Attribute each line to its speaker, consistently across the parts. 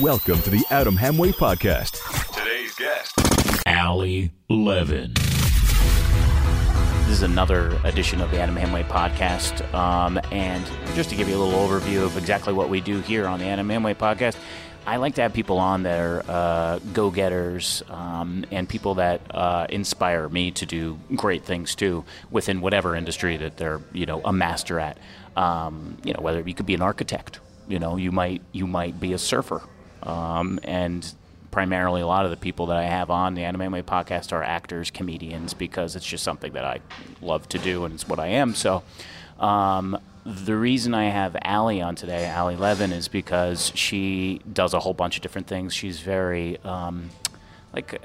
Speaker 1: Welcome to the Adam Hamway Podcast. Today's guest.
Speaker 2: Allie Levin.
Speaker 3: This is another edition of the Adam Hamway podcast. Um, and just to give you a little overview of exactly what we do here on the Adam Hamway podcast, I like to have people on that are uh, go getters um, and people that uh, inspire me to do great things too within whatever industry that they're you know a master at. Um, you know whether you could be an architect, you know you might you might be a surfer, um, and primarily a lot of the people that I have on the Anime Way podcast are actors, comedians, because it's just something that I love to do and it's what I am. So, um, the reason I have Allie on today, Allie Levin, is because she does a whole bunch of different things. She's very, um, like,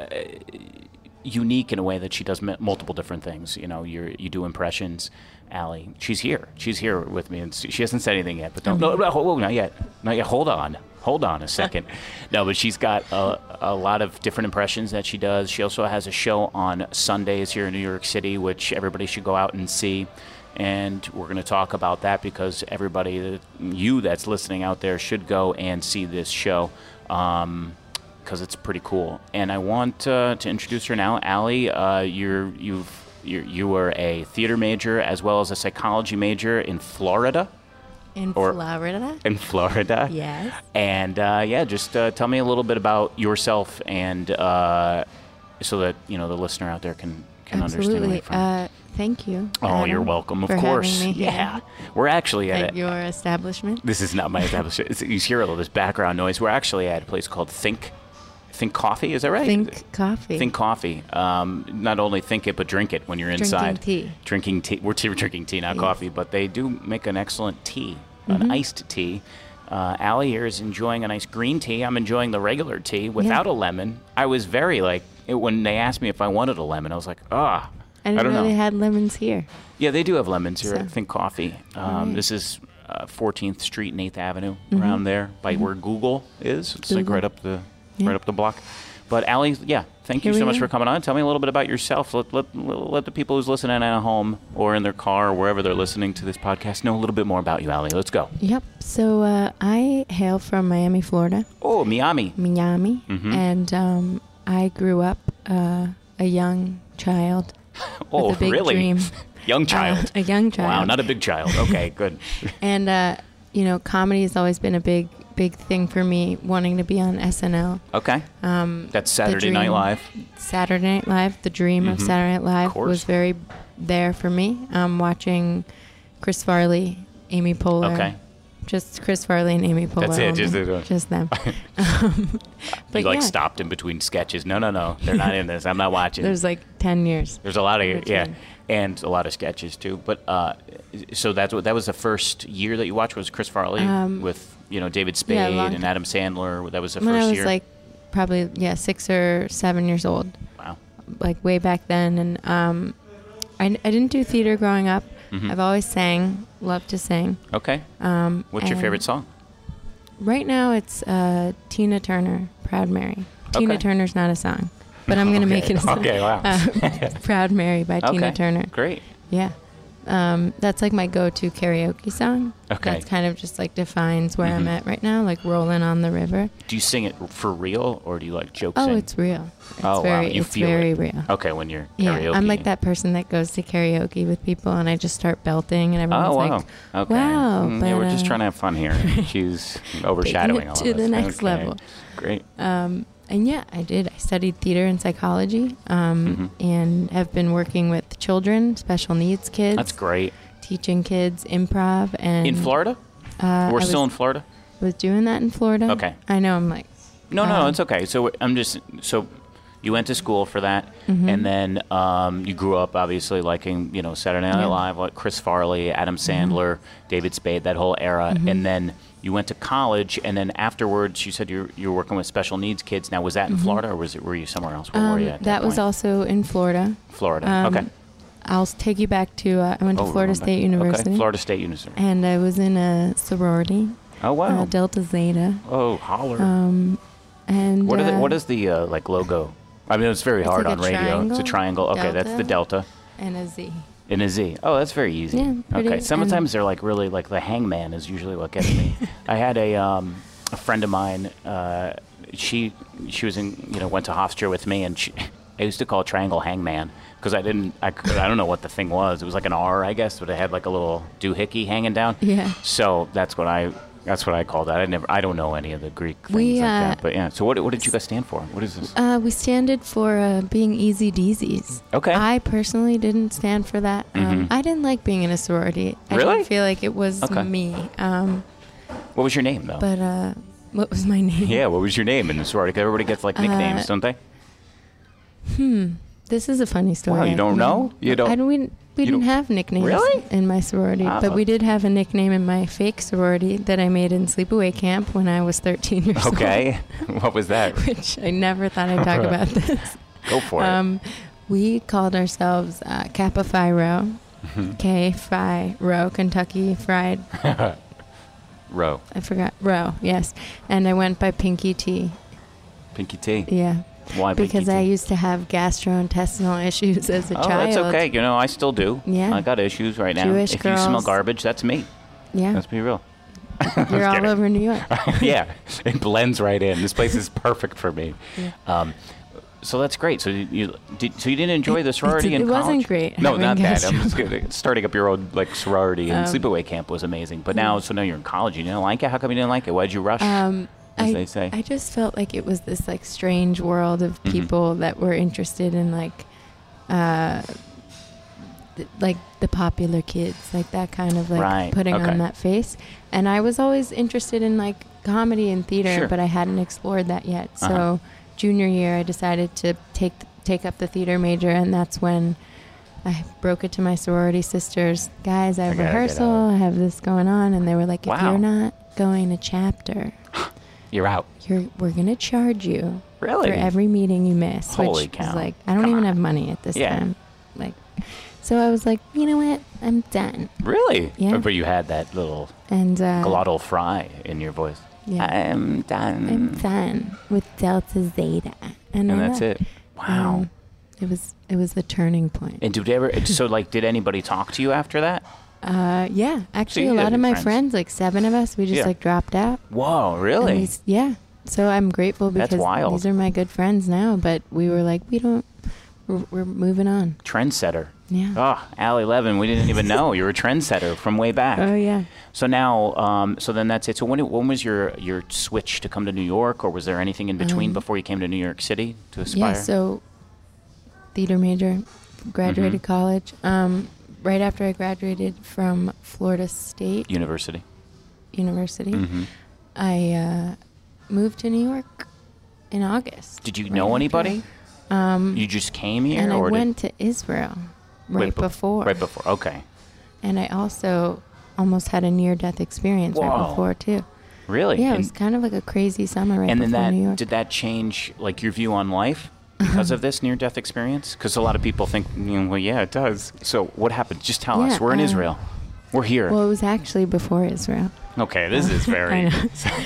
Speaker 3: unique in a way that she does m- multiple different things. You know, you you do impressions. Allie, she's here. She's here with me, and s- she hasn't said anything yet. But don't, no, no, whoa, whoa, not yet, not yet. Hold on, hold on a second. no, but she's got a, a lot of different impressions that she does. She also has a show on Sundays here in New York City, which everybody should go out and see. And we're going to talk about that because everybody, that- you that's listening out there, should go and see this show. Um, because it's pretty cool. And I want uh, to introduce her now, Allie. Uh, you're you've you're, you were a theater major as well as a psychology major in Florida.
Speaker 4: In
Speaker 3: Or-
Speaker 4: Florida?
Speaker 3: In Florida.
Speaker 4: Yes.
Speaker 3: And uh, yeah, just uh, tell me a little bit about yourself, and uh, so that you know the listener out there can can understand. where
Speaker 4: Absolutely.
Speaker 3: you're from.
Speaker 4: Uh, thank you.
Speaker 3: oh,
Speaker 4: Adam,
Speaker 3: you're welcome. Of
Speaker 4: for having
Speaker 3: course.
Speaker 4: me here
Speaker 3: Yeah, we're actually at,
Speaker 4: At your establishment.
Speaker 3: this is not my establishment. It's- You hear all this background noise. We're actually at a place called Think Think Coffee. Is that right?
Speaker 4: Think coffee.
Speaker 3: Think coffee. Um, not only think it, but drink it when you're
Speaker 4: Drinking
Speaker 3: inside.
Speaker 4: tea.
Speaker 3: Drinking tea. We're tea, drinking tea, not
Speaker 4: Yes.
Speaker 3: coffee, but they do make an excellent tea,
Speaker 4: Mm-hmm.
Speaker 3: an iced tea. Uh, Allie here is enjoying a nice green tea. I'm enjoying the regular tea without a lemon. I was very like, it, when they asked me if I wanted a lemon, I was like, ah,
Speaker 4: I didn't
Speaker 3: don't
Speaker 4: know
Speaker 3: know.
Speaker 4: they had lemons here.
Speaker 3: Yeah, they do have lemons here. I
Speaker 4: So-
Speaker 3: think coffee. Um,
Speaker 4: Alright.
Speaker 3: This is uh, 14th Street and 8th Avenue, around there, by where Google is. It's like
Speaker 4: Mm-hmm. Google.
Speaker 3: right up the
Speaker 4: Yeah.
Speaker 3: right up the block. But Allie, yeah, thank
Speaker 4: Here
Speaker 3: you so
Speaker 4: we
Speaker 3: much
Speaker 4: are.
Speaker 3: for coming on. Tell me a little bit about yourself. Let, let, let the people who's listening at home or in their car or wherever they're listening to this podcast know a little bit more about you, Allie. Let's go.
Speaker 4: Yep. So uh, I hail from Miami, Florida,
Speaker 3: Oh, Miami.
Speaker 4: Miami,
Speaker 3: Mhm.
Speaker 4: and um, I grew up uh, a young child
Speaker 3: Oh,
Speaker 4: with a big
Speaker 3: really?
Speaker 4: dream.
Speaker 3: Young
Speaker 4: Uh,
Speaker 3: child.
Speaker 4: a young child.
Speaker 3: Wow, not a big child. Okay, good.
Speaker 4: And uh, you know, comedy has always been a big, big thing for me. Wanting to be on SNL.
Speaker 3: Okay.
Speaker 4: Um,
Speaker 3: That's
Speaker 4: the
Speaker 3: Saturday Night
Speaker 4: dream-
Speaker 3: Live.
Speaker 4: Saturday Night Live, the dream of
Speaker 3: Mhm.
Speaker 4: Saturday Night Live
Speaker 3: course.
Speaker 4: was very there for me. Um, watching Chris Farley, Amy Poehler.
Speaker 3: Okay.
Speaker 4: Just Chris Farley and Amy Poehler.
Speaker 3: That's it, just
Speaker 4: only.
Speaker 3: it. uh,
Speaker 4: Just them. um, but
Speaker 3: you like
Speaker 4: yeah,
Speaker 3: stopped in between sketches. No, no, no. They're not in this. I'm not watching.
Speaker 4: There's like 10 years.
Speaker 3: There's a lot of yeah,
Speaker 4: Between.
Speaker 3: and a lot of sketches too. But uh, so that's what that was the first year that you watched was Chris Farley
Speaker 4: Um,
Speaker 3: with you know David Spade
Speaker 4: yeah, a long
Speaker 3: and
Speaker 4: time.
Speaker 3: Adam Sandler. That was the
Speaker 4: when
Speaker 3: first
Speaker 4: I was
Speaker 3: year.
Speaker 4: like probably, yeah, six or seven years old.
Speaker 3: wow,
Speaker 4: like way back then and um, I, I didn't do theater growing up
Speaker 3: Mm-hmm.
Speaker 4: i've always sang loved to sing
Speaker 3: okay.
Speaker 4: um,
Speaker 3: What's your
Speaker 4: and
Speaker 3: favorite song?
Speaker 4: right now it's uh, tina turner proud mary tina
Speaker 3: Okay.
Speaker 4: turner's not a song but i'm going to make it a song
Speaker 3: Okay, wow.
Speaker 4: Uh, proud mary by tina
Speaker 3: Okay,
Speaker 4: turner
Speaker 3: Great.
Speaker 4: yeah um, that's like my go-to karaoke song
Speaker 3: Okay.
Speaker 4: that's kind of just like defines where i'm
Speaker 3: Mhm.
Speaker 4: at right now like rolling on the river
Speaker 3: Do you sing it for real or do you like joke
Speaker 4: oh
Speaker 3: sing?
Speaker 4: it's real it's
Speaker 3: Oh, wow,
Speaker 4: very
Speaker 3: you
Speaker 4: it's
Speaker 3: feel
Speaker 4: very
Speaker 3: it.
Speaker 4: real
Speaker 3: okay when you're
Speaker 4: Yeah,
Speaker 3: karaoke.
Speaker 4: I'm like that person that goes to karaoke with people and I just start belting and everyone's
Speaker 3: Oh wow.
Speaker 4: like,
Speaker 3: okay.
Speaker 4: "Wow!"
Speaker 3: Mm,
Speaker 4: but,
Speaker 3: yeah, we're just
Speaker 4: uh,
Speaker 3: trying to have fun here. She's
Speaker 4: it
Speaker 3: overshadowing all
Speaker 4: to
Speaker 3: of
Speaker 4: the
Speaker 3: us.
Speaker 4: next
Speaker 3: Okay.
Speaker 4: level.
Speaker 3: Great.
Speaker 4: Um, and yeah, I did. I studied theater and psychology, um,
Speaker 3: Mm-hmm.
Speaker 4: and have been working with children, special needs kids.
Speaker 3: That's great.
Speaker 4: Teaching kids improv and
Speaker 3: In Florida?
Speaker 4: Uh,
Speaker 3: We're
Speaker 4: I
Speaker 3: still in
Speaker 4: was,
Speaker 3: Florida.
Speaker 4: was doing that in Florida.
Speaker 3: Okay.
Speaker 4: I know. I'm like,
Speaker 3: No, no,
Speaker 4: um,
Speaker 3: it's okay. So I'm just so you went to school for that,
Speaker 4: Mm-hmm.
Speaker 3: and then um, you grew up obviously liking you know Saturday Night
Speaker 4: Yeah. Mm-hmm.
Speaker 3: Live, like Chris Farley, Adam Sandler, David Spade, that whole era, and then you went to college, and then afterwards you said you you were working with special needs kids. Now was that in Florida or was it were you somewhere else? Where were
Speaker 4: Mm-hmm. um,
Speaker 3: you
Speaker 4: that,
Speaker 3: at
Speaker 4: was
Speaker 3: point?
Speaker 4: also in Florida.
Speaker 3: Florida.
Speaker 4: um,
Speaker 3: okay.
Speaker 4: I'll take you back to. Uh, I went to
Speaker 3: Oh,
Speaker 4: Florida
Speaker 3: remember.
Speaker 4: State
Speaker 3: Okay,
Speaker 4: University,
Speaker 3: Florida State University.
Speaker 4: and I was in a sorority,
Speaker 3: Oh wow.
Speaker 4: uh, Delta Zeta.
Speaker 3: oh holler.
Speaker 4: Um, and
Speaker 3: what are the,
Speaker 4: uh,
Speaker 3: what is the uh, like logo? I mean it's very
Speaker 4: It's
Speaker 3: hard
Speaker 4: like
Speaker 3: on
Speaker 4: a
Speaker 3: radio. It's a triangle.
Speaker 4: triangle,
Speaker 3: Okay, that's the delta.
Speaker 4: and a Z?
Speaker 3: In a Z. Oh, that's very easy.
Speaker 4: Yeah, pretty-
Speaker 3: okay.
Speaker 4: and-
Speaker 3: Sometimes they're like really like the hangman is usually what gets me. I had a um, a friend of mine, uh, she she was in you know went to Hofstra with me, and she, I used to call it Triangle Hangman because I didn't I, could- I don't know what the thing was. It was like an R, I guess, but it had like a little doohickey hanging down.
Speaker 4: Yeah.
Speaker 3: So that's what I that's what I call that. I never I don't know any of the Greek things
Speaker 4: We,
Speaker 3: like
Speaker 4: uh,
Speaker 3: that. But yeah. So what what did you guys stand for? What is this?
Speaker 4: Uh, we standed for uh, being easy deezies.
Speaker 3: Okay. Mm-hmm.
Speaker 4: I personally didn't stand for that. Um, I didn't like being in a sorority. I
Speaker 3: Really?
Speaker 4: didn't feel like it was
Speaker 3: Okay.
Speaker 4: me. Um,
Speaker 3: What was your name though?
Speaker 4: but uh, what was my name?
Speaker 3: yeah, what was your name in the sorority? 'Cause Everybody gets like nicknames,
Speaker 4: Uh,
Speaker 3: don't they?
Speaker 4: This is a funny story.
Speaker 3: Wow, you don't
Speaker 4: actually.
Speaker 3: know? You don't-
Speaker 4: I we didn't- we
Speaker 3: you
Speaker 4: didn't
Speaker 3: don't-
Speaker 4: have nicknames
Speaker 3: Really?
Speaker 4: in my sorority,
Speaker 3: Ah.
Speaker 4: but we did have a nickname in my fake sorority that I made in sleepaway camp when I was 13 years old.
Speaker 3: Okay. what was that?
Speaker 4: Which I never thought I'd talk about this.
Speaker 3: Go for it.
Speaker 4: Um, we called ourselves uh, Kappa Phi Rho,
Speaker 3: Mm-hmm.
Speaker 4: K Phi Rho, Kentucky Fried.
Speaker 3: Row.
Speaker 4: I forgot Rho. Yes, and I went by Pinky T.
Speaker 3: Pinky T.
Speaker 4: Yeah,
Speaker 3: Why Pinky
Speaker 4: because I
Speaker 3: T?
Speaker 4: used to have gastrointestinal issues as a
Speaker 3: Oh,
Speaker 4: child.
Speaker 3: that's okay. You know, I still do.
Speaker 4: Yeah.
Speaker 3: I got issues right now.
Speaker 4: Jewish
Speaker 3: if you smell
Speaker 4: girls.
Speaker 3: garbage, that's me.
Speaker 4: Yeah,
Speaker 3: Let's be real.
Speaker 4: you're all
Speaker 3: kidding.
Speaker 4: over New York.
Speaker 3: yeah, it blends right in. This place is perfect for me. Um, so that's great. So you- you did, so you didn't enjoy the sorority
Speaker 4: it
Speaker 3: in college?
Speaker 4: wasn't great
Speaker 3: No,
Speaker 4: having
Speaker 3: not that. I'm
Speaker 4: gastro-
Speaker 3: just kidding. starting up your own like sorority
Speaker 4: Um,
Speaker 3: and sleepaway camp was amazing. But now, so now you're in college. You didn't like it. How come you didn't like it? Why'd you rush?
Speaker 4: Um,
Speaker 3: as
Speaker 4: I,
Speaker 3: they say. Mm-hmm.
Speaker 4: I just felt like it was this like strange world of people that were interested in like, uh, th- like the popular kids, like that kind of like
Speaker 3: Right,
Speaker 4: putting
Speaker 3: okay.
Speaker 4: on that face. And I was always interested in like comedy and theater,
Speaker 3: Sure.
Speaker 4: but I hadn't explored that yet. So
Speaker 3: Uh-huh.
Speaker 4: junior year, I decided to take take up the theater major, and that's when. I broke it to my sorority sisters. Guys, I
Speaker 3: I
Speaker 4: have
Speaker 3: gotta get
Speaker 4: rehearsal.
Speaker 3: out.
Speaker 4: I have this going on. And they were like, if
Speaker 3: Wow.
Speaker 4: you're not going to chapter,
Speaker 3: you're out.
Speaker 4: you're we're gonna charge you
Speaker 3: Really?
Speaker 4: for every meeting you miss.
Speaker 3: Holy
Speaker 4: which
Speaker 3: cow.
Speaker 4: Is like I don't
Speaker 3: Come
Speaker 4: even
Speaker 3: on.
Speaker 4: have money at this
Speaker 3: Yeah.
Speaker 4: time. Like, so I was like, you know what? I'm done.
Speaker 3: Really?
Speaker 4: Yeah.
Speaker 3: But you had that little
Speaker 4: And uh,
Speaker 3: glottal fry in your voice.
Speaker 4: Yeah.
Speaker 3: I'm done.
Speaker 4: I'm done with Delta Zeta, and, all
Speaker 3: and that's
Speaker 4: that.
Speaker 3: it. Wow.
Speaker 4: Um, it was it was the turning point.
Speaker 3: And did they ever? So, like, did anybody talk to you after that?
Speaker 4: uh, yeah, actually,
Speaker 3: you
Speaker 4: a
Speaker 3: did
Speaker 4: lot
Speaker 3: have
Speaker 4: of my
Speaker 3: friends.
Speaker 4: friends. like seven of us, we just
Speaker 3: Yeah.
Speaker 4: like dropped out.
Speaker 3: Whoa,
Speaker 4: And
Speaker 3: really?
Speaker 4: we s- yeah. So I'm grateful
Speaker 3: That's
Speaker 4: because
Speaker 3: wild.
Speaker 4: these are my good friends now. But we were like, we don't. We're, we're moving on.
Speaker 3: Trendsetter.
Speaker 4: Yeah.
Speaker 3: Oh, Allie Levin, we didn't even know you were a trendsetter from way back.
Speaker 4: Oh yeah.
Speaker 3: So now, um, so then that's it. So when, when was your your switch to come to New York, or was there anything in between
Speaker 4: Um,
Speaker 3: before you came to New York City to aspire?
Speaker 4: Yeah, so theater major, graduated
Speaker 3: Mhm.
Speaker 4: college. Um, right after I graduated from Florida State
Speaker 3: University.
Speaker 4: University,
Speaker 3: hmm
Speaker 4: I uh, moved to New York in August.
Speaker 3: Did you
Speaker 4: right
Speaker 3: know
Speaker 4: after.
Speaker 3: anybody?
Speaker 4: Um,
Speaker 3: You just came here,
Speaker 4: and I
Speaker 3: or did-
Speaker 4: went to Israel
Speaker 3: wait,
Speaker 4: right
Speaker 3: bef-
Speaker 4: before.
Speaker 3: Right before. Okay.
Speaker 4: And I also almost had a near-death experience
Speaker 3: Whoa.
Speaker 4: right before too.
Speaker 3: Really?
Speaker 4: Yeah, it
Speaker 3: And-
Speaker 4: was kind of like a crazy summer right
Speaker 3: and then
Speaker 4: before New
Speaker 3: that
Speaker 4: York.
Speaker 3: did that change like your view on life because of this near-death experience? Because a lot of people think, you know, well, yeah, it does. So what happened? Just tell
Speaker 4: Yeah,
Speaker 3: us. We're in
Speaker 4: uh,
Speaker 3: Israel. We're here.
Speaker 4: well, it was actually before Israel.
Speaker 3: okay, this is
Speaker 4: I
Speaker 3: very.
Speaker 4: know.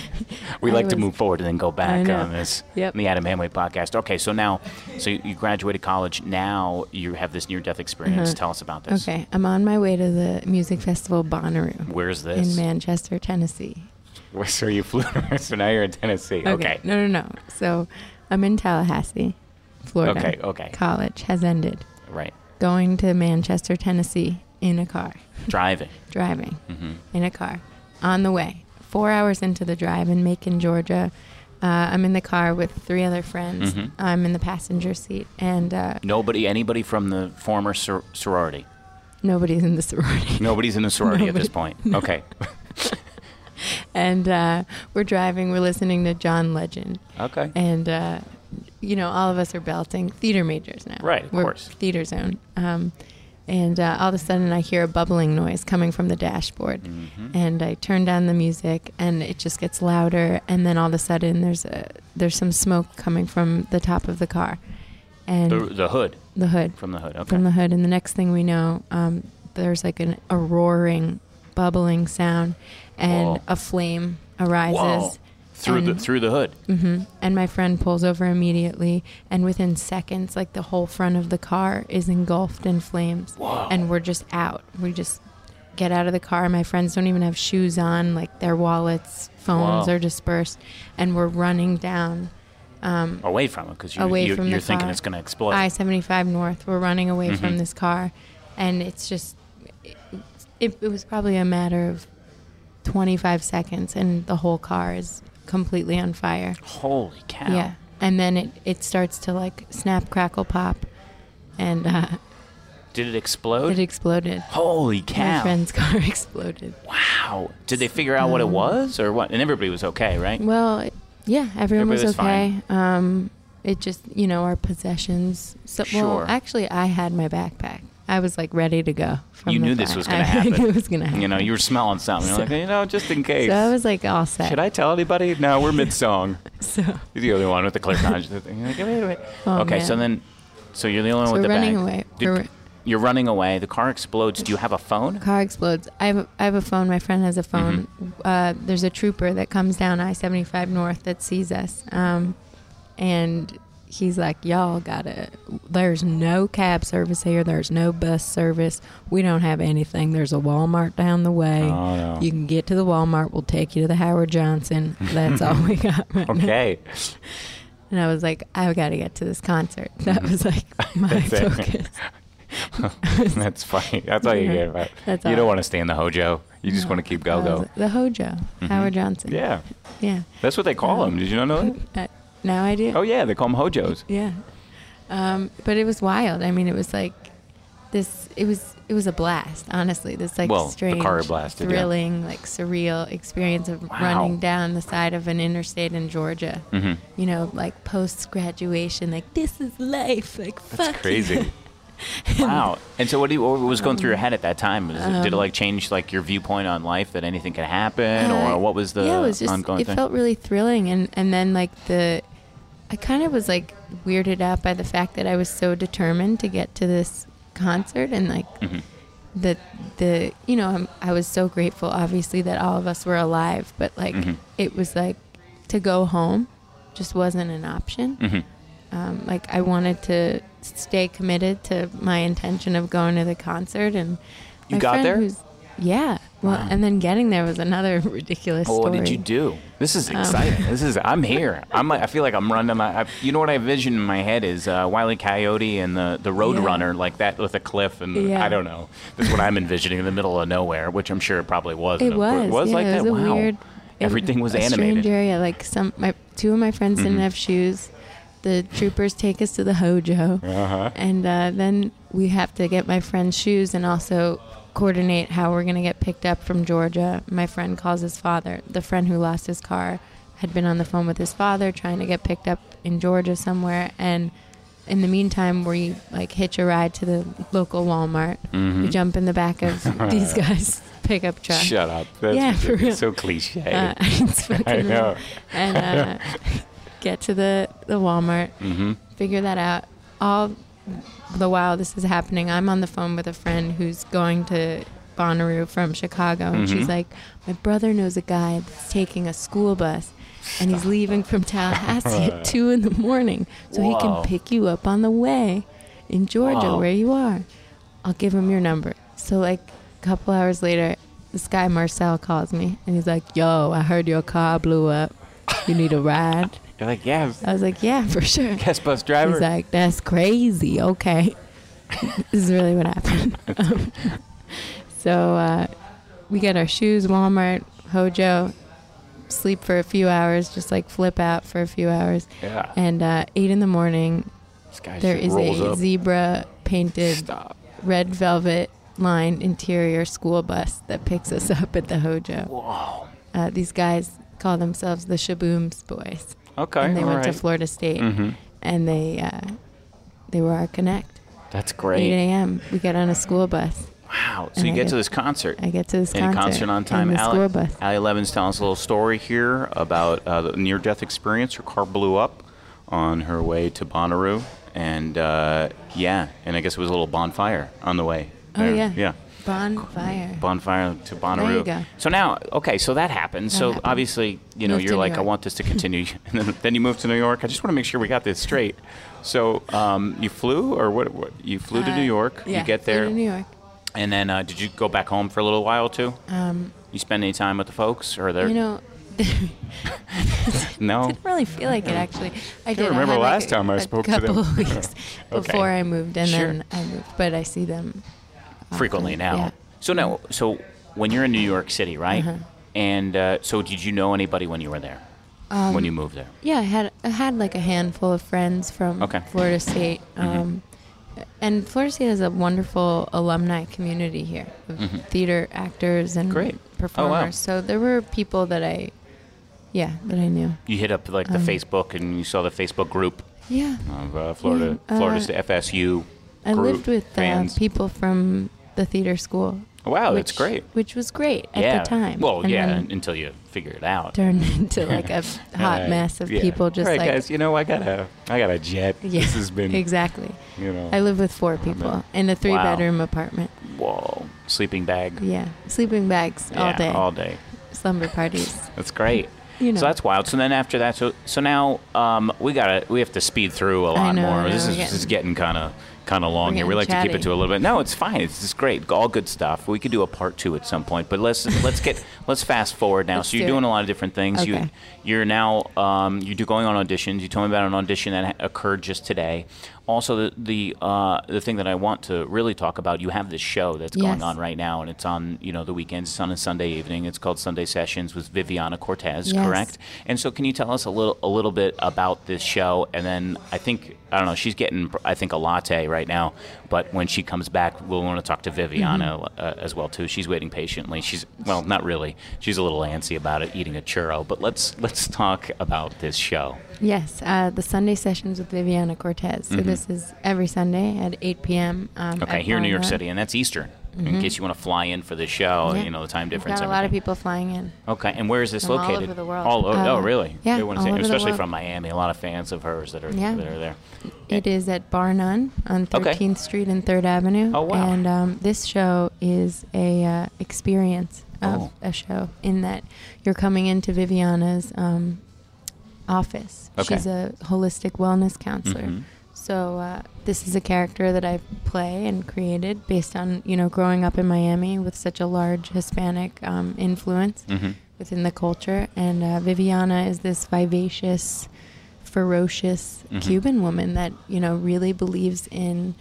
Speaker 3: we
Speaker 4: I
Speaker 3: like to
Speaker 4: was-
Speaker 3: move forward and then go back
Speaker 4: know.
Speaker 3: on this.
Speaker 4: Yep.
Speaker 3: The Adam Hamway podcast. Okay, so now, so you you graduated college. Now you have this near-death experience.
Speaker 4: Uh-huh.
Speaker 3: Tell us about this.
Speaker 4: Okay, I'm on my way to the music festival Bonnaroo.
Speaker 3: Where's
Speaker 4: in
Speaker 3: this?
Speaker 4: Manchester, Tennessee.
Speaker 3: Where so you flew? so now you're in Tennessee. Okay.
Speaker 4: No, no, no. So I'm in Tallahassee, Florida.
Speaker 3: Okay, okay.
Speaker 4: College has ended.
Speaker 3: Right.
Speaker 4: Going to Manchester, Tennessee in a car,
Speaker 3: Driving.
Speaker 4: driving
Speaker 3: Mm-hmm.
Speaker 4: in a car, on the way. Four hours into the drive in Macon, Georgia. Uh, I'm in the car with three other friends.
Speaker 3: Mhm.
Speaker 4: I'm in the passenger seat, and uh,
Speaker 3: Nobody, anybody from the former sor- sorority.
Speaker 4: nobody's in the sorority.
Speaker 3: Nobody's in a sorority at this point. Okay.
Speaker 4: And uh, we're driving, we're listening to John Legend.
Speaker 3: Okay.
Speaker 4: and uh, you know all of us are belting theater majors now
Speaker 3: Right, of
Speaker 4: we're
Speaker 3: course.
Speaker 4: theater zone um, and uh, all of a sudden i hear a bubbling noise coming from the dashboard
Speaker 3: Mm-hmm.
Speaker 4: and i turn down the music and it just gets louder and then all of a sudden there's a there's some smoke coming from the top of the car and
Speaker 3: the,
Speaker 4: the,
Speaker 3: the hood.
Speaker 4: hood
Speaker 3: From the hood. Okay.
Speaker 4: from the hood and the next thing we know um, there's like an, a roaring bubbling sound and
Speaker 3: Whoa.
Speaker 4: a flame arises
Speaker 3: Whoa. Through the
Speaker 4: and-
Speaker 3: through the hood.
Speaker 4: and my friend pulls over immediately, and within seconds, like the whole front of the car is engulfed in flames,
Speaker 3: Whoa.
Speaker 4: and we're just out. We just get out of the car. My friends don't even have shoes on, like their wallets, phones
Speaker 3: Wow.
Speaker 4: are dispersed, and we're running down
Speaker 3: away from it because you,
Speaker 4: Mm. away
Speaker 3: you,
Speaker 4: from
Speaker 3: you're
Speaker 4: the
Speaker 3: thinking
Speaker 4: car.
Speaker 3: it's going to explode.
Speaker 4: I seventy five north. We're running away
Speaker 3: Mm-hmm.
Speaker 4: from this car, and it's just it, it was probably a matter of twenty five seconds, and the whole car is completely on fire.
Speaker 3: Holy cow!
Speaker 4: Yeah, and then it it starts to like snap, crackle, pop, and uh,
Speaker 3: Did it explode?
Speaker 4: it exploded.
Speaker 3: Holy
Speaker 4: My
Speaker 3: cow!
Speaker 4: friend's car exploded.
Speaker 3: Wow! Did they figure out what it was or what? And everybody was okay, right?
Speaker 4: Um, Well, it- yeah,
Speaker 3: Everybody
Speaker 4: everyone was,
Speaker 3: was
Speaker 4: okay. Um, it just, you know, our possessions. So,
Speaker 3: Sure.
Speaker 4: Well, actually, I had my backpack. I was like ready to go. From
Speaker 3: You
Speaker 4: the
Speaker 3: knew this
Speaker 4: fire.
Speaker 3: was gonna
Speaker 4: I
Speaker 3: happen.
Speaker 4: knew it was gonna happen.
Speaker 3: You know, you were smelling something. You're
Speaker 4: So-
Speaker 3: like, you know, just in case.
Speaker 4: So I was like all set.
Speaker 3: Should I tell anybody? No, we're mid song.
Speaker 4: So,
Speaker 3: You're the only one with the clear conscience. You're like, wait, wait.
Speaker 4: Oh,
Speaker 3: okay, so
Speaker 4: man.
Speaker 3: then, so you're the only one
Speaker 4: So
Speaker 3: with
Speaker 4: we're
Speaker 3: the
Speaker 4: running
Speaker 3: bag.
Speaker 4: away.
Speaker 3: Did-
Speaker 4: We're-
Speaker 3: you're running away. The car explodes. Do you have a phone?
Speaker 4: car explodes. I have, I have a phone. My friend has a
Speaker 3: Mm-hmm.
Speaker 4: phone. Uh, there's a trooper that comes down I 75 North that sees us. Um, and he's like, Y'all gotta, there's no cab service here. There's no bus service. We don't have anything. There's a Walmart down the way.
Speaker 3: Oh, no.
Speaker 4: You can get to the Walmart. We'll take you to the Howard Johnson. That's all we got right now.
Speaker 3: Okay.
Speaker 4: And I was like, I gotta get to this concert. That was like my
Speaker 3: Mm-hmm. That's it.
Speaker 4: focus.
Speaker 3: That's funny. That's all you
Speaker 4: Yeah.
Speaker 3: get. Right?
Speaker 4: That's
Speaker 3: you
Speaker 4: all.
Speaker 3: don't want to stay in the hojo. You just want to keep go
Speaker 4: I
Speaker 3: go.
Speaker 4: was- Uh, the Hojo, Howard Johnson.
Speaker 3: Mm-hmm. Yeah,
Speaker 4: Yeah.
Speaker 3: that's what they call them. Did you not know that?
Speaker 4: Uh, now I do.
Speaker 3: Oh yeah, they call them hojos.
Speaker 4: Yeah. Um, but it was wild. I mean, it was like this. It was it was a blast. Honestly, this like
Speaker 3: Well, the
Speaker 4: strange,
Speaker 3: car blasted, yeah.
Speaker 4: thrilling, like surreal experience of
Speaker 3: Wow. Mm-hmm.
Speaker 4: running down the side of an interstate in Georgia. You know, like post graduation, like this is life. Like
Speaker 3: That's
Speaker 4: fuck
Speaker 3: crazy. wow. And so, what, do you, what was going through your head at that time? Was it,
Speaker 4: Um,
Speaker 3: did it like change like your viewpoint on life that anything could happen,
Speaker 4: Uh,
Speaker 3: or what was the
Speaker 4: yeah, it was just,
Speaker 3: ongoing
Speaker 4: it
Speaker 3: thing?
Speaker 4: felt really thrilling, and and then like the, I kind of was like weirded out by the fact that I was so determined to get to this concert, and like
Speaker 3: Mm-hmm.
Speaker 4: that the you know I'm, I was so grateful, obviously, that all of us were alive, but like
Speaker 3: Mm-hmm.
Speaker 4: it was like to go home just wasn't an option.
Speaker 3: Mm-hmm.
Speaker 4: Um, like I wanted to stay committed to my intention of going to the concert, and
Speaker 3: You
Speaker 4: my
Speaker 3: got
Speaker 4: friend
Speaker 3: there?
Speaker 4: who's- yeah. Well, and then getting there was another ridiculous
Speaker 3: Well,
Speaker 4: story.
Speaker 3: what did you do? This
Speaker 4: Um,
Speaker 3: is exciting. this is I'm here. I'm like, I feel like I'm running my. I, you know what I envision in my head is uh, Wiley Coyote and the the Road
Speaker 4: Yeah.
Speaker 3: Runner like that with a cliff and
Speaker 4: Yeah.
Speaker 3: I don't know. That's what I'm envisioning in the middle of nowhere, which I'm sure it probably was.
Speaker 4: It
Speaker 3: And of course-
Speaker 4: was.
Speaker 3: It was
Speaker 4: yeah,
Speaker 3: like
Speaker 4: it was
Speaker 3: that.
Speaker 4: a
Speaker 3: wow.
Speaker 4: weird. it-
Speaker 3: Everything was
Speaker 4: a Strange
Speaker 3: animated. Mm-hmm.
Speaker 4: area. Like some, my two of my friends didn't have shoes. The troopers take us to the Hojo,
Speaker 3: Uh-huh.
Speaker 4: and uh, then we have to get my friend's shoes and also coordinate how we're gonna get picked up from Georgia. My friend calls his father. The friend who lost his car had been on the phone with his father trying to get picked up in Georgia somewhere, and in the meantime, we like hitch a ride to the local Walmart.
Speaker 3: Mm-hmm.
Speaker 4: We jump in the back of these guys' pickup truck.
Speaker 3: Shut up. That's
Speaker 4: Yeah, for
Speaker 3: ridiculous. so
Speaker 4: real.
Speaker 3: cliche.
Speaker 4: Uh, it's fucking
Speaker 3: I
Speaker 4: real.
Speaker 3: know.
Speaker 4: And uh, get to the, the Walmart,
Speaker 3: Mm-hmm.
Speaker 4: figure that out. All the while this is happening, I'm on the phone with a friend who's going to Bonnaroo from Chicago, and she's like, My brother knows a guy that's taking a school bus. And he's leaving from Tallahassee at two in the morning, so he
Speaker 3: Whoa.
Speaker 4: can pick you up on the way in Georgia,
Speaker 3: Wow.
Speaker 4: where you are. I'll give him your number. So like a couple hours later, this guy Marcel calls me and he's like, "Yo, I heard your car blew up. You need a ride?"
Speaker 3: You're like, yeah,
Speaker 4: I was like, "Yeah, for sure."
Speaker 3: guest bus driver.
Speaker 4: He's like, "That's crazy. Okay, this is really what happened." Um, so uh, we get our shoes, Walmart, Hojo, sleep for a few hours, just like flip out for a few hours,
Speaker 3: Yeah.
Speaker 4: and uh, eight in the morning,
Speaker 3: this guy
Speaker 4: there
Speaker 3: just
Speaker 4: is
Speaker 3: rolls
Speaker 4: a
Speaker 3: up.
Speaker 4: zebra painted
Speaker 3: Stop.
Speaker 4: red velvet lined interior school bus that picks us up at the Hojo.
Speaker 3: Whoa.
Speaker 4: Uh, these guys call themselves the Shabooms Boys,
Speaker 3: Okay.
Speaker 4: and they
Speaker 3: all
Speaker 4: went to
Speaker 3: right. Mm-hmm.
Speaker 4: Florida State, and they uh, they were our connect.
Speaker 3: That's
Speaker 4: 8
Speaker 3: great.
Speaker 4: a.m. We get on a school bus.
Speaker 3: Wow. So
Speaker 4: And
Speaker 3: you
Speaker 4: I
Speaker 3: get
Speaker 4: get-
Speaker 3: to this concert.
Speaker 4: I get to this
Speaker 3: in
Speaker 4: concert,
Speaker 3: concert on time.
Speaker 4: and the
Speaker 3: Ali,
Speaker 4: school bus.
Speaker 3: Ali Levin's telling us a little story here about uh, the near-death experience. Her car blew up on her way to Bonnaroo, and uh, yeah, and I guess it was a little bonfire on the way.
Speaker 4: Oh
Speaker 3: there.
Speaker 4: yeah,
Speaker 3: yeah,
Speaker 4: bonfire.
Speaker 3: bonfire to Bonnaroo.
Speaker 4: you go.
Speaker 3: So now, okay, so that happened. so
Speaker 4: happened.
Speaker 3: obviously, you know,
Speaker 4: Moved
Speaker 3: you're
Speaker 4: to
Speaker 3: like,
Speaker 4: New
Speaker 3: I
Speaker 4: York.
Speaker 3: want this to continue, and then, then you moved to New York. I just want to make sure we got this straight. So um, you flew, or what? what you flew to New York.
Speaker 4: Uh, yeah,
Speaker 3: you get
Speaker 4: flew
Speaker 3: there.
Speaker 4: to New York.
Speaker 3: And then, uh, did you go back home for a little while too?
Speaker 4: Um,
Speaker 3: You spend any time with the folks, or there?
Speaker 4: you know,
Speaker 3: no.
Speaker 4: didn't really feel like it actually. I did. I
Speaker 3: remember
Speaker 4: had, like,
Speaker 3: last
Speaker 4: a-
Speaker 3: time I
Speaker 4: a
Speaker 3: spoke to them.
Speaker 4: couple of weeks
Speaker 3: Okay.
Speaker 4: before I moved, and
Speaker 3: Sure.
Speaker 4: then I moved. But I see them often.
Speaker 3: frequently now.
Speaker 4: Oh, Yeah. Mm-hmm.
Speaker 3: So now, so when you're in New York City, right? And uh, so, did you know anybody when you were there?
Speaker 4: Um,
Speaker 3: when you moved there,
Speaker 4: Yeah, I had I had like a handful of friends from
Speaker 3: Okay. Mm-hmm.
Speaker 4: Florida State, um, and Florida State has a wonderful alumni community here of theater actors and
Speaker 3: Mm-hmm. Great. Oh, wow.
Speaker 4: performers. So there were people that I, yeah, that I knew.
Speaker 3: you hit up like the Facebook and you saw the Facebook group
Speaker 4: Yeah,
Speaker 3: of uh, Florida,
Speaker 4: Yeah, uh,
Speaker 3: Florida State FSU.
Speaker 4: I
Speaker 3: group
Speaker 4: lived with uh,
Speaker 3: fans. Oh,
Speaker 4: people from the theater school.
Speaker 3: Wow, that's
Speaker 4: which-
Speaker 3: great.
Speaker 4: Which was great at
Speaker 3: yeah.
Speaker 4: the time.
Speaker 3: Well,
Speaker 4: and
Speaker 3: yeah,
Speaker 4: then
Speaker 3: until you figure it out.
Speaker 4: turned into like a hot
Speaker 3: Right.
Speaker 4: mess of
Speaker 3: Yeah.
Speaker 4: people just
Speaker 3: Right,
Speaker 4: like
Speaker 3: guys, you know, I got a, I got a jet.
Speaker 4: yeah,
Speaker 3: This has been
Speaker 4: exactly.
Speaker 3: you know,
Speaker 4: I live with four people in a three-bedroom apartment.
Speaker 3: Whoa, sleeping bag.
Speaker 4: Yeah, sleeping bags all
Speaker 3: Yeah,
Speaker 4: day,
Speaker 3: All day.
Speaker 4: slumber parties.
Speaker 3: That's great.
Speaker 4: You know.
Speaker 3: So that's wild. So then after that, so so now um, we gotta we have to speed through a lot
Speaker 4: know,
Speaker 3: more.
Speaker 4: I know,
Speaker 3: this
Speaker 4: we're
Speaker 3: is this is getting kind of kind of long
Speaker 4: we're
Speaker 3: here. We
Speaker 4: getting
Speaker 3: like to keep it
Speaker 4: chatty.
Speaker 3: to a little bit. No, it's fine. It's, it's great. All good stuff. We could do a part two at some point. But let's let's get let's fast forward now.
Speaker 4: Let's
Speaker 3: so you're
Speaker 4: do
Speaker 3: doing
Speaker 4: it.
Speaker 3: a lot of different things. You
Speaker 4: Okay.
Speaker 3: you're now um, you do going on auditions. You told me about an audition that ha- occurred just today. Also, the the uh, the thing that I want to really talk about. You have this show that's going
Speaker 4: Yes.
Speaker 3: on right now, and it's on you know the weekends. It's on a Sunday evening. It's called Sunday Sessions with Viviana Cortez.
Speaker 4: Yes.
Speaker 3: Correct. And so, can you tell us a little a little bit about this show? And then I think I don't know. She's getting I think a latte right now, but when she comes back, we'll want to talk to Viviana
Speaker 4: Mm-hmm.
Speaker 3: uh, as well too. She's waiting patiently. She's well, not really. She's a little antsy about it, eating a churro. But let's let's talk about this show.
Speaker 4: Yes, uh, the Sunday sessions with Viviana Cortez. So this is every Sunday at 8 p.m. Um,
Speaker 3: Mm-hmm. Okay,
Speaker 4: at
Speaker 3: here in New York
Speaker 4: Walnut.
Speaker 3: City, and that's Eastern. In case you want to fly in for the show,
Speaker 4: Mm-hmm. Yeah.
Speaker 3: you know the time
Speaker 4: We've
Speaker 3: difference.
Speaker 4: Got a lot of
Speaker 3: everything.
Speaker 4: people flying in.
Speaker 3: Okay, and where is this
Speaker 4: From all
Speaker 3: located?
Speaker 4: over the world.
Speaker 3: All o- oh,
Speaker 4: Uh,
Speaker 3: really?
Speaker 4: yeah,
Speaker 3: They wanna
Speaker 4: all
Speaker 3: say-
Speaker 4: over the
Speaker 3: especially
Speaker 4: world.
Speaker 3: from Miami. A lot of fans of hers that are
Speaker 4: Yeah.
Speaker 3: that are there.
Speaker 4: It is at Bar None on
Speaker 3: Okay.
Speaker 4: 13th Street and 3rd Avenue.
Speaker 3: Oh, wow.
Speaker 4: And um, this show is a uh, experience of
Speaker 3: Oh.
Speaker 4: a show in that you're coming into Viviana's um, office.
Speaker 3: Okay.
Speaker 4: She's a holistic wellness counselor.
Speaker 3: Mhm.
Speaker 4: So uh, this is a character that I play and created based on you know growing up in Miami with such a large Hispanic um, influence
Speaker 3: Mhm.
Speaker 4: within the culture, and uh, Viviana is this vivacious, ferocious
Speaker 3: Mm-hmm.
Speaker 4: Cuban woman that you know really believes in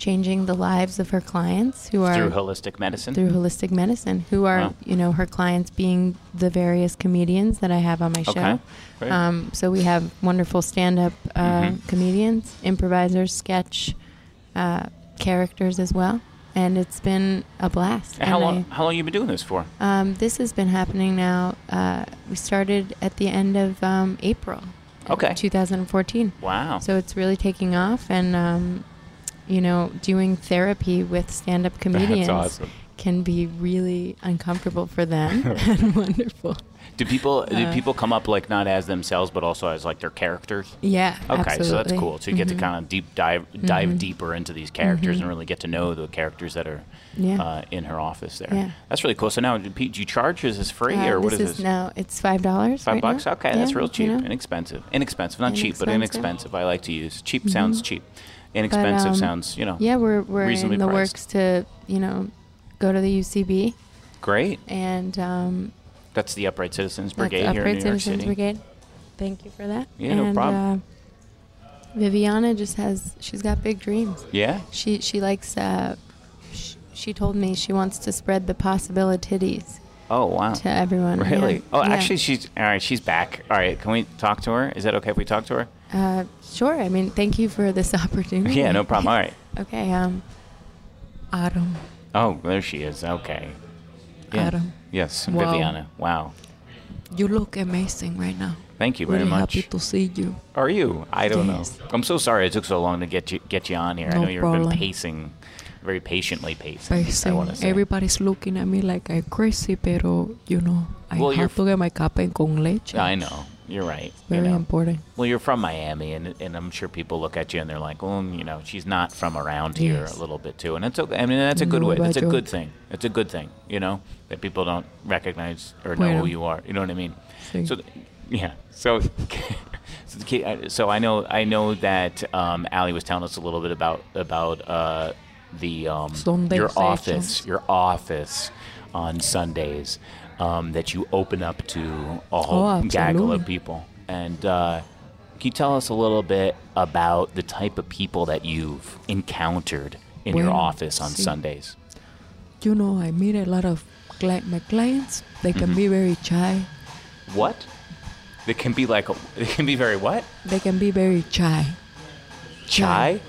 Speaker 4: changing the lives of her clients who are
Speaker 3: Through holistic medicine.
Speaker 4: through holistic medicine, who are
Speaker 3: Wow.
Speaker 4: you know her clients being the various comedians that I have on my show.
Speaker 3: Okay, great. Mm-hmm.
Speaker 4: Um, so we have wonderful stand-up uh, comedians, improvisers, sketch uh, characters as well, and it's been a blast.
Speaker 3: And how
Speaker 4: And
Speaker 3: long?
Speaker 4: I-
Speaker 3: How long you been doing this for?
Speaker 4: um, this has been happening now. Uh, we started at the end of um, April, uh,
Speaker 3: Okay.
Speaker 4: 2014.
Speaker 3: Wow.
Speaker 4: So it's really taking off, and um, you know, doing therapy with stand-up comedians
Speaker 3: awesome.
Speaker 4: can be really uncomfortable for them and wonderful.
Speaker 3: do people
Speaker 4: uh,
Speaker 3: do people come up like not as themselves, but also as like their characters?
Speaker 4: Yeah.
Speaker 3: Okay,
Speaker 4: absolutely. Mm-hmm.
Speaker 3: so that's cool. So you get to kind of deep dive dive deeper into these characters and really get to know the characters that are
Speaker 4: Yeah.
Speaker 3: uh, in her office there.
Speaker 4: Yeah.
Speaker 3: That's really cool. So now, do, Pete, do you charge? Is this free
Speaker 4: Uh,
Speaker 3: or what
Speaker 4: this
Speaker 3: is,
Speaker 4: is now it's five dollars.
Speaker 3: Five bucks? Okay, that's real cheap.
Speaker 4: You know?
Speaker 3: Inexpensive. Inexpensive. Not cheap, but
Speaker 4: Inexpensive.
Speaker 3: inexpensive.
Speaker 4: Mm-hmm.
Speaker 3: I like to use. Cheap sounds cheap. Inexpensive
Speaker 4: um,
Speaker 3: sounds, you know.
Speaker 4: Yeah, we're we're
Speaker 3: reasonably
Speaker 4: in the
Speaker 3: priced.
Speaker 4: works to you know go to the UCB
Speaker 3: Great.
Speaker 4: and um,
Speaker 3: That's the Upright Citizens
Speaker 4: That's
Speaker 3: Brigade here in
Speaker 4: Upright
Speaker 3: New York
Speaker 4: Citizens
Speaker 3: City.
Speaker 4: Brigade. Thank you for that.
Speaker 3: Yeah, no
Speaker 4: And,
Speaker 3: problem.
Speaker 4: uh, Viviana just has she's got big dreams.
Speaker 3: Yeah.
Speaker 4: She she likes. Uh, sh- she told me she wants to spread the possibilities
Speaker 3: Oh wow.
Speaker 4: to everyone. yeah.
Speaker 3: Really? Oh,
Speaker 4: Yeah.
Speaker 3: actually, she's all right. She's back. All right. Can we talk to her? Is that okay if we talk to her?
Speaker 4: Uh, sure. I mean, thank you for this opportunity.
Speaker 3: Yeah. No problem. All right.
Speaker 4: Okay. Um, Autumn.
Speaker 3: Oh, there she is. Okay. Yeah.
Speaker 4: Adam.
Speaker 3: Yes,
Speaker 4: Wow.
Speaker 3: Viviana. Wow.
Speaker 4: You look amazing right now.
Speaker 3: Thank you very much.
Speaker 4: to see you.
Speaker 3: Are you? I don't know.
Speaker 4: Yes.
Speaker 3: I'm so sorry it took so long to get you get you on here. I
Speaker 5: No
Speaker 3: know you've
Speaker 5: problem.
Speaker 3: been pacing, very patiently pacing. I
Speaker 5: Pacing.
Speaker 3: want to say.
Speaker 5: Everybody's looking at me like I'm crazy, pero you know, I
Speaker 3: Well, you're-
Speaker 5: have to get my cape con leche.
Speaker 3: I know. You're right. you
Speaker 5: Very
Speaker 3: know.
Speaker 5: important.
Speaker 3: Well, you're from Miami, and, and I'm sure people look at you and they're like, well, you know, she's not from around here
Speaker 5: Yes.
Speaker 3: a little bit too, and that's okay. I mean, that's a good
Speaker 5: No,
Speaker 3: way. That's a
Speaker 5: but-
Speaker 3: good thing. It's a good thing, you know, that people don't recognize or know
Speaker 5: Bueno.
Speaker 3: who you are. You know what I mean?
Speaker 5: Sí.
Speaker 3: So, th- yeah. So, so, the kid- I- so I know I know that um, Allie was telling us a little bit about about uh, the um,
Speaker 5: Sunday
Speaker 3: your office,
Speaker 5: sessions.
Speaker 3: your office on Sundays um, that you open up to a whole
Speaker 5: Oh,
Speaker 3: gaggle of
Speaker 5: absolutely.
Speaker 3: people. And uh, can you tell us a little bit about the type of people that you've encountered in your
Speaker 5: Bueno,
Speaker 3: office on
Speaker 5: sí.
Speaker 3: Sundays?
Speaker 5: You know, I meet a lot of cli- my clients. They can
Speaker 3: Mm-hmm.
Speaker 5: be very shy.
Speaker 3: What? They can be like, they can be very what?
Speaker 5: They can be very shy.
Speaker 3: Chai?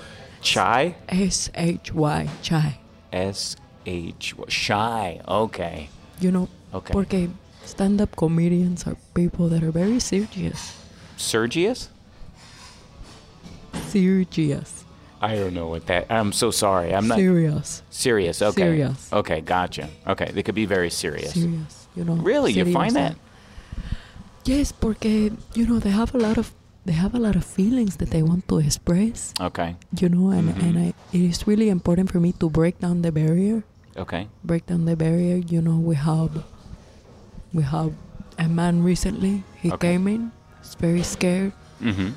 Speaker 3: Chai?
Speaker 5: S H Y shy.
Speaker 3: S H. Shy. Okay.
Speaker 5: You know,
Speaker 3: Okay.
Speaker 5: porque stand-up comedians are people that are very serious.
Speaker 3: Sergius?
Speaker 5: Serious.
Speaker 3: I don't know what that. I'm so sorry. I'm not
Speaker 5: serious.
Speaker 3: serious. Okay.
Speaker 5: Serious.
Speaker 3: Okay, gotcha. Okay, they could be very serious.
Speaker 5: Serious. You know.
Speaker 3: Really, you find
Speaker 5: serious.
Speaker 3: that?
Speaker 5: Yes, porque you know they have a lot of they have a lot of feelings that they want to express.
Speaker 3: Okay.
Speaker 5: You know, and
Speaker 3: Mhm.
Speaker 5: and I, it is really important for me to break down the barrier.
Speaker 3: Okay.
Speaker 5: Break down the barrier. You know, we have we have a man recently. He
Speaker 3: Okay.
Speaker 5: came in. He's very scared.
Speaker 3: Mm-hmm.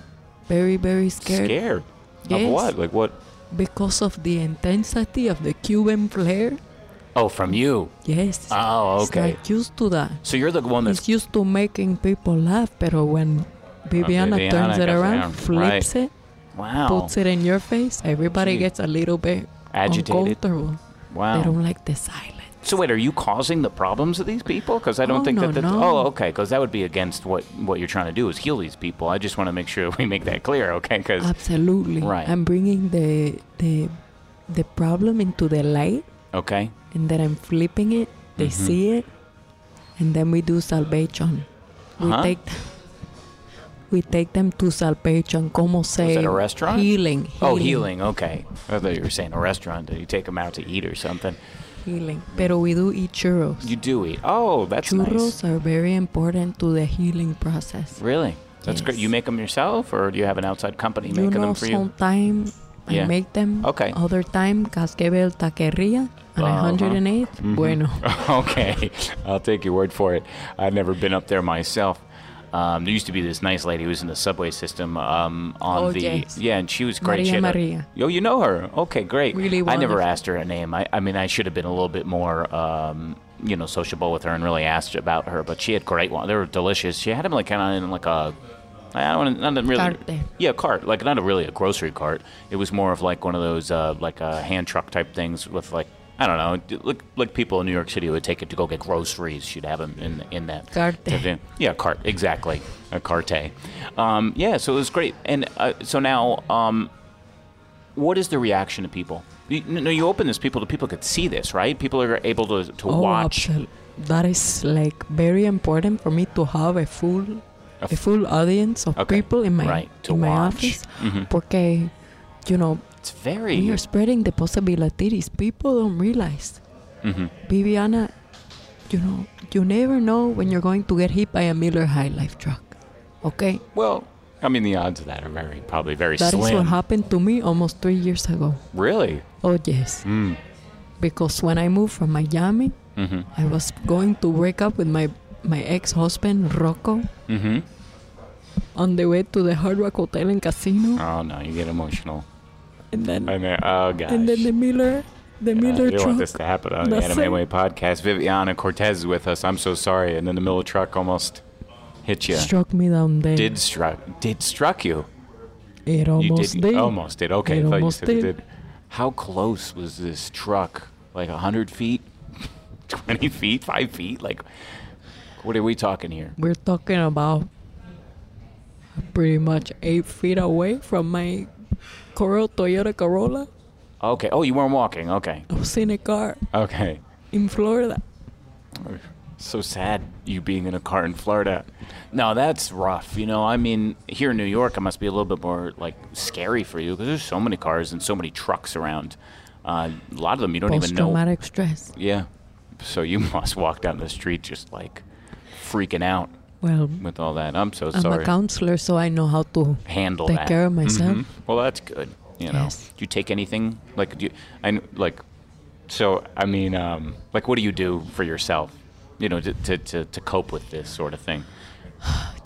Speaker 5: Very very
Speaker 3: Scared.
Speaker 5: scared.
Speaker 3: Of
Speaker 5: Yes.
Speaker 3: what? Like what?
Speaker 5: Because of the intensity of the Cuban flair.
Speaker 3: Oh, from you.
Speaker 5: Yes.
Speaker 3: Oh,
Speaker 5: he's
Speaker 3: okay.
Speaker 5: not used to that.
Speaker 3: So you're the one that's
Speaker 5: He's used to making people laugh, pero when Viviana,
Speaker 3: Ah, Viviana
Speaker 5: turns it
Speaker 3: comes
Speaker 5: around,
Speaker 3: around,
Speaker 5: flips it,
Speaker 3: wow
Speaker 5: puts it in your face, everybody
Speaker 3: Gee.
Speaker 5: gets a little bit
Speaker 3: agitated.
Speaker 5: uncomfortable. They
Speaker 3: Wow.
Speaker 5: don't like the silence.
Speaker 3: So wait, are you causing the problems of these people? Because I don't
Speaker 5: Oh,
Speaker 3: think
Speaker 5: no,
Speaker 3: that that's.
Speaker 5: no.
Speaker 3: Oh, okay. Because that would be against what what you're trying to do is heal these people. I just want to make sure we make that clear. Okay. Because
Speaker 5: Absolutely.
Speaker 3: Right.
Speaker 5: I'm bringing the the the problem into the light,
Speaker 3: okay.
Speaker 5: and then I'm flipping it. They
Speaker 3: Mhm.
Speaker 5: see it, and then we do salvation. We
Speaker 3: Huh?
Speaker 5: take. We take them to salvation, como say
Speaker 3: a restaurant?
Speaker 5: Healing,
Speaker 3: Oh, healing. Okay. I thought you were saying a restaurant. Do you take them out to eat or something?
Speaker 5: healing. Pero we do eat churros.
Speaker 3: You do eat. Oh, that's nice.
Speaker 5: Churros are very important to the healing process.
Speaker 3: Really? That's great.
Speaker 5: Yes.
Speaker 3: You make them yourself, or do you have an outside company
Speaker 5: you
Speaker 3: making
Speaker 5: know,
Speaker 3: them for you?
Speaker 5: sometimes
Speaker 3: Yeah.
Speaker 5: I make them.
Speaker 3: Okay.
Speaker 5: Other time, Casquebel Taqueria on
Speaker 3: Uh-huh.
Speaker 5: 108. Bueno.
Speaker 3: okay, I'll take your word for it. I've never been up there myself. Um, there used to be this nice lady who was in the subway system um, on
Speaker 5: Oh,
Speaker 3: the
Speaker 5: yes.
Speaker 3: yeah, and she was great.
Speaker 5: Maria
Speaker 3: She had a-
Speaker 5: Maria.
Speaker 3: Oh, you know her? Okay, great.
Speaker 5: Really
Speaker 3: I never
Speaker 5: wonderful.
Speaker 3: asked her a name. I, I mean, I should have been a little bit more, um, you know, sociable with her and really asked about her. But she had great ones. They were delicious. She had them like kind of in like a, I don't wanna- not really.
Speaker 5: Carte.
Speaker 3: Yeah, cart. Like not a really a grocery cart. It was more of like one of those uh, like a hand truck type things with like. I don't know. Like, like people in New York City would take it to go get groceries. She'd have them in in that
Speaker 5: Carte.
Speaker 3: type thing. Yeah, cart. Exactly, a carte. Um, yeah, so it was great. And uh, so now, um, what is the reaction of people? You, no, you open this people to people could see this, right? People are able to, to
Speaker 5: Oh,
Speaker 3: watch.
Speaker 5: absol- That is like very important for me to have a full
Speaker 3: A
Speaker 5: a,
Speaker 3: f-
Speaker 5: full audience of
Speaker 3: Okay.
Speaker 5: people in my
Speaker 3: Right, to
Speaker 5: in my
Speaker 3: watch.
Speaker 5: office. Porque you know,
Speaker 3: Mm-hmm. It's very
Speaker 5: we are spreading the possibilities. People don't realize.
Speaker 3: Mhm.
Speaker 5: Viviana, you know, you never know when you're going to get hit by a Miller High Life truck. Okay?
Speaker 3: well. I mean, the odds of that are very probably very
Speaker 5: that is
Speaker 3: slim.
Speaker 5: what happened to me almost three years ago.
Speaker 3: Really?
Speaker 5: Oh, yes.
Speaker 3: Mm.
Speaker 5: Because when I moved from Miami,
Speaker 3: Mm-hmm.
Speaker 5: I was going to break up with my, my ex husband, Rocco,
Speaker 3: Mm-hmm.
Speaker 5: on the way to the Hard Rock Hotel and Casino.
Speaker 3: Oh no, you get emotional.
Speaker 5: And then,
Speaker 3: I mean, oh gosh.
Speaker 5: and then the Miller, the
Speaker 3: Yeah,
Speaker 5: Miller
Speaker 3: you don't want
Speaker 5: truck.
Speaker 3: this to happen on the
Speaker 5: That's
Speaker 3: Anime
Speaker 5: it.
Speaker 3: Way podcast. Viviana Cortez is with us. I'm so sorry. And then the Miller truck almost hit you.
Speaker 5: Struck me down there.
Speaker 3: Did struck? Did struck you?
Speaker 5: it almost
Speaker 3: you Oh did,
Speaker 5: did.
Speaker 3: Almost did. Okay,
Speaker 5: It
Speaker 3: I thought you
Speaker 5: almost
Speaker 3: said it
Speaker 5: did.
Speaker 3: did. How close was this truck? Like hundred feet, twenty feet, five feet? Like, what are we talking here?
Speaker 5: We're talking about pretty much eight feet away from my Coral Toyota Corolla.
Speaker 3: Okay. Oh, you weren't walking. Okay.
Speaker 5: I was in a car
Speaker 3: Okay.
Speaker 5: in Florida.
Speaker 3: So sad you being in a car in Florida. No, that's rough. You know, I mean, here in New York, it must be a little bit more like scary for you because there's so many cars and so many trucks around. Uh, a lot of them you don't even
Speaker 5: Post
Speaker 3: know.
Speaker 5: traumatic stress.
Speaker 3: Yeah. So you must walk down the street just like freaking out
Speaker 5: Well,
Speaker 3: with all that. I'm so
Speaker 5: I'm
Speaker 3: sorry.
Speaker 5: a counselor, so I know how to
Speaker 3: Handle
Speaker 5: take
Speaker 3: that.
Speaker 5: care of myself.
Speaker 3: Mhm. Well, that's good. You know,
Speaker 5: Yes.
Speaker 3: do you take anything like do you? I kn- like, so I mean, um, like, what do you do for yourself? You know, to to, to, to cope with this sort of thing.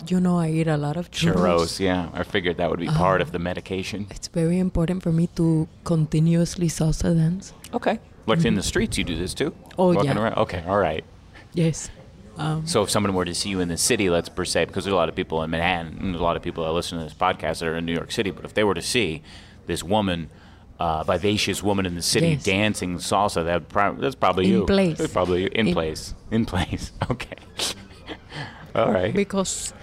Speaker 5: You know, I eat a lot of Oh. churros.
Speaker 3: Churros, yeah. I figured that would be part of the medication.
Speaker 5: It's very important for me to continuously salsa dance.
Speaker 3: Okay. Like in the streets, you do this too?
Speaker 5: Oh,
Speaker 3: Walking
Speaker 5: yeah.
Speaker 3: Around? Okay, all right.
Speaker 5: Yes.
Speaker 3: So if someone were to see you in the city, let's per se, because there's a lot of people in Manhattan and a lot of people that listen to this podcast that are in New York City, but if they were to see this woman, uh, vivacious woman in the city
Speaker 5: Yes.
Speaker 3: dancing salsa, that would prob- that's probably
Speaker 5: In
Speaker 3: you.
Speaker 5: place.
Speaker 3: That's probably you. In,
Speaker 5: In-
Speaker 3: place. In place. Okay. all right.
Speaker 5: Because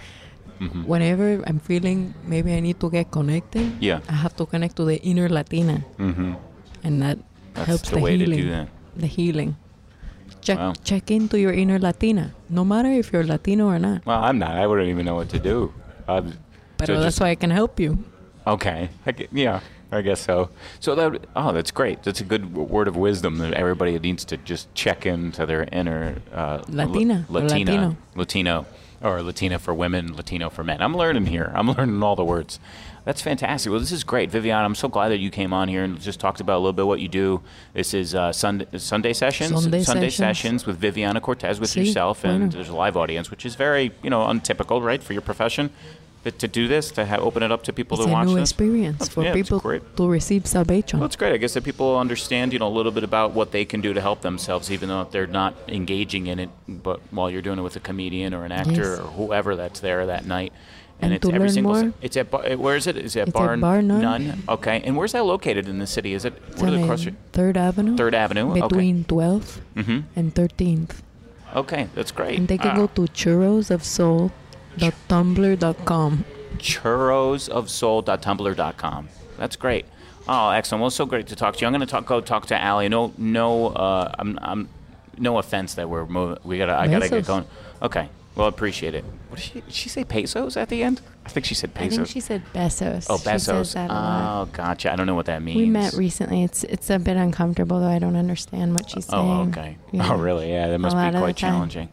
Speaker 3: Mm-hmm.
Speaker 5: whenever I'm feeling maybe I need to get connected,
Speaker 3: Yeah.
Speaker 5: I have to connect to the inner Latina. Mm-hmm. And that
Speaker 3: That's
Speaker 5: helps
Speaker 3: the
Speaker 5: the,
Speaker 3: way to do
Speaker 5: healing.
Speaker 3: that.
Speaker 5: The healing. Check,
Speaker 3: Wow.
Speaker 5: check into your inner Latina, no matter if you're Latino or not.
Speaker 3: Well, I'm not. I wouldn't even know what to do. I'd,
Speaker 5: But
Speaker 3: so
Speaker 5: that's
Speaker 3: just-
Speaker 5: why I can help you.
Speaker 3: Okay. I gue- yeah, I guess so. So that would- oh, that's great. That's a good w- word of wisdom that everybody needs to just check into their inner uh,
Speaker 5: Latina
Speaker 3: L-
Speaker 5: or
Speaker 3: Latina,
Speaker 5: Latino.
Speaker 3: Latino, or Latina for women, Latino for men. I'm learning here. I'm learning all the words. That's fantastic. Well, this is great, Vivian. I'm so glad that you came on here and just talked about a little bit what you do. This is uh, Sunday, Sunday sessions,
Speaker 5: Sunday
Speaker 3: sessions.
Speaker 5: Sessions.
Speaker 3: with Viviana Cortez with
Speaker 5: Sí,
Speaker 3: yourself, and
Speaker 5: bueno.
Speaker 3: there's a live audience, which is very you know untypical, right, for your profession. But to do this, to ha- open it up to people
Speaker 5: It's
Speaker 3: to
Speaker 5: a
Speaker 3: watch
Speaker 5: new
Speaker 3: this.
Speaker 5: experience for
Speaker 3: Yeah, it's
Speaker 5: people
Speaker 3: great.
Speaker 5: to receive salvation.
Speaker 3: Well, it's great. I guess that people understand, you know, a little bit about what they can do to help themselves, even though they're not engaging in it. But while you're doing it with a comedian or an actor
Speaker 5: Yes.
Speaker 3: or whoever that's there that night,
Speaker 5: And
Speaker 3: it's
Speaker 5: to
Speaker 3: every
Speaker 5: learn
Speaker 3: single.
Speaker 5: more-
Speaker 3: se- It's at bar, where is it? Is it at
Speaker 5: It's at
Speaker 3: Bar,
Speaker 5: Bar None.
Speaker 3: Okay, and where's that located in the city? Is it
Speaker 5: It's
Speaker 3: where's
Speaker 5: on
Speaker 3: it
Speaker 5: a
Speaker 3: across the-
Speaker 5: Third Avenue.
Speaker 3: Third Avenue? Okay.
Speaker 5: Between 12th and 13th.
Speaker 3: Okay, that's great.
Speaker 5: And they can
Speaker 3: Ah.
Speaker 5: go to churrosofsoul.tumblr.com.
Speaker 3: churrosofsoul.tumblr.com. That's great. Oh, excellent. Well, it's so great to talk to you. I'm going to talk, go talk to Allie. No, no, uh, I'm, I'm, no offense that we're moving. We gotta, I gotta get
Speaker 5: Pesos.
Speaker 3: going. Okay. Well, appreciate it. What did she, did she say? Pesos at the end? I think she said
Speaker 4: I
Speaker 3: pesos.
Speaker 4: think she said Besos.
Speaker 3: oh,
Speaker 4: She
Speaker 3: pesos.
Speaker 4: says that a lot.
Speaker 3: oh, gotcha. I don't know what that means.
Speaker 4: We met recently. It's it's a bit uncomfortable though. I don't understand what she's saying.
Speaker 3: Oh, okay.
Speaker 4: Yeah.
Speaker 3: Oh, really? Yeah, that must
Speaker 4: lot
Speaker 3: be
Speaker 4: of the
Speaker 3: quite
Speaker 4: time.
Speaker 3: challenging.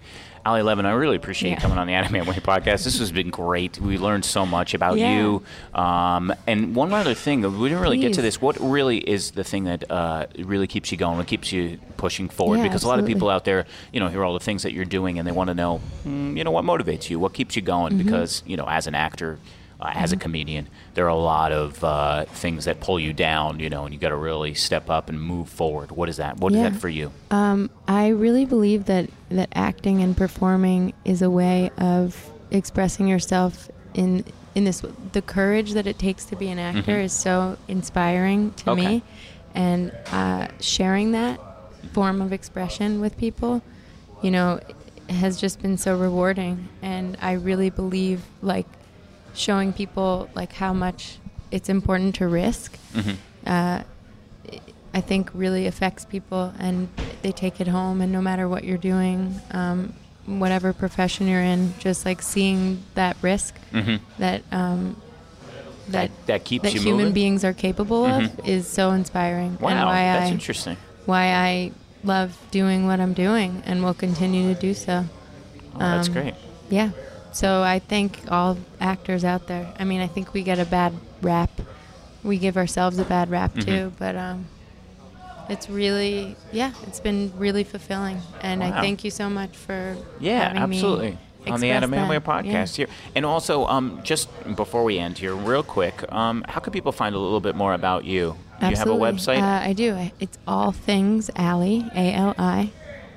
Speaker 3: Ali Levin, I really appreciate you
Speaker 4: Yeah.
Speaker 3: coming on the Anime Way podcast. This has been great. We learned so much about
Speaker 4: Yeah.
Speaker 3: you. Um, and one other thing, we didn't really get to
Speaker 4: Please.
Speaker 3: this. What really is the thing that uh, really keeps you going and keeps you pushing forward?
Speaker 4: Yeah,
Speaker 3: because a lot of
Speaker 4: absolutely.
Speaker 3: people out there, you know, hear all the things that you're doing and they want to know, mm, you know, what motivates you? What keeps you going?
Speaker 4: Mm-hmm.
Speaker 3: Because, you know, as an actor, uh, as a comedian, there are a lot of uh, things that pull you down, you know, and you got to really step up and move forward. What is that? What is
Speaker 4: Yeah.
Speaker 3: that for you?
Speaker 4: Um, I really believe that that acting and performing is a way of expressing yourself in in this the courage that it takes to be an actor
Speaker 3: Mhm.
Speaker 4: is so inspiring to
Speaker 3: Okay.
Speaker 4: me, and uh, sharing that form of expression with people, you know, has just been so rewarding, and I really believe like showing people like how much it's important to risk
Speaker 3: Mm-hmm.
Speaker 4: uh, I think really affects people and they take it home. And no matter what you're doing, um, whatever profession you're in, just like seeing that risk
Speaker 3: Mm-hmm.
Speaker 4: that um, that
Speaker 3: that keeps
Speaker 4: that
Speaker 3: you
Speaker 4: human
Speaker 3: moving? Mm-hmm.
Speaker 4: beings are capable of is so inspiring. and
Speaker 3: Wow,
Speaker 4: why
Speaker 3: that's
Speaker 4: I,
Speaker 3: interesting.
Speaker 4: Why I love doing what I'm doing and will continue to do so.
Speaker 3: Oh, that's
Speaker 4: Um,
Speaker 3: great.
Speaker 4: Yeah. So I thank all actors out there. I mean, I think we get a bad rap. We give ourselves a bad rap
Speaker 3: Mm-hmm.
Speaker 4: too, but um, it's really, yeah, it's been really fulfilling. And
Speaker 3: Wow.
Speaker 4: I thank you so much for
Speaker 3: Yeah,
Speaker 4: having me
Speaker 3: absolutely. On the
Speaker 4: express
Speaker 3: Adam Amway
Speaker 4: that. Yeah.
Speaker 3: podcast here, and also um, just before we end here, real quick, um, how can people find a little bit more about you? Do
Speaker 4: Absolutely.
Speaker 3: You have a website,
Speaker 4: Uh, I do. I- It's all things Alley, A L I.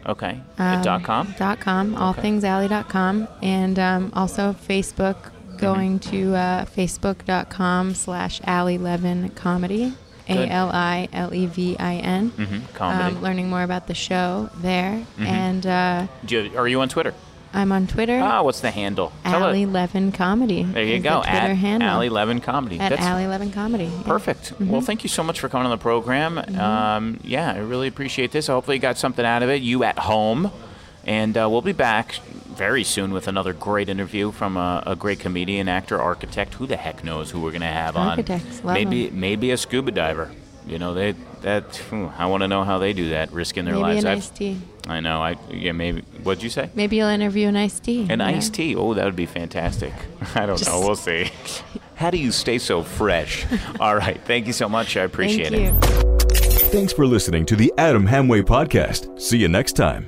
Speaker 3: okay?
Speaker 4: um,
Speaker 3: dot com.
Speaker 4: Dot com. Allthingsalley.com. And um, also Facebook,
Speaker 3: Mm-hmm.
Speaker 4: going to uh, facebook.com slash Alley Levin Comedy.
Speaker 3: Good.
Speaker 4: A L I L E V I N. Um,
Speaker 3: Mhm, Comedy. Mm-hmm.
Speaker 4: learning more about the show there. And uh,
Speaker 3: Do you, are you on Twitter?
Speaker 4: I'm on Twitter,
Speaker 3: Ah, what's the handle? Tell
Speaker 4: Alley
Speaker 3: it.
Speaker 4: Levin Comedy.
Speaker 3: There you
Speaker 4: is
Speaker 3: go.
Speaker 4: The Twitter
Speaker 3: at
Speaker 4: handle.
Speaker 3: Allie Levin Comedy.
Speaker 4: at
Speaker 3: That's
Speaker 4: Alley Levin Comedy. yeah.
Speaker 3: Perfect.
Speaker 4: Mm-hmm.
Speaker 3: Well, thank you so much for coming on the program. Um, yeah, I really appreciate this. Hopefully, you got something out of it. You at home. And uh, we'll be back very soon with another great interview from a, a great comedian, actor, architect. Who the heck knows who we're going to have
Speaker 4: Architects,
Speaker 3: on?
Speaker 4: love
Speaker 3: maybe maybe a scuba diver. You know, they that hmm, I want to know how they do that, risking their
Speaker 4: Maybe
Speaker 3: lives.
Speaker 4: an
Speaker 3: I've-
Speaker 4: iced tea.
Speaker 3: I know. I yeah, maybe. What'd you say?
Speaker 4: Maybe you'll interview an iced tea.
Speaker 3: An
Speaker 4: you know?
Speaker 3: iced tea. Oh, that would be fantastic. I don't know. We'll see. How do you stay so fresh? All right. Thank you so much. I appreciate
Speaker 4: Thank
Speaker 3: it.
Speaker 4: you.
Speaker 1: Thanks for listening to the Adam Hamway Podcast. See you next time.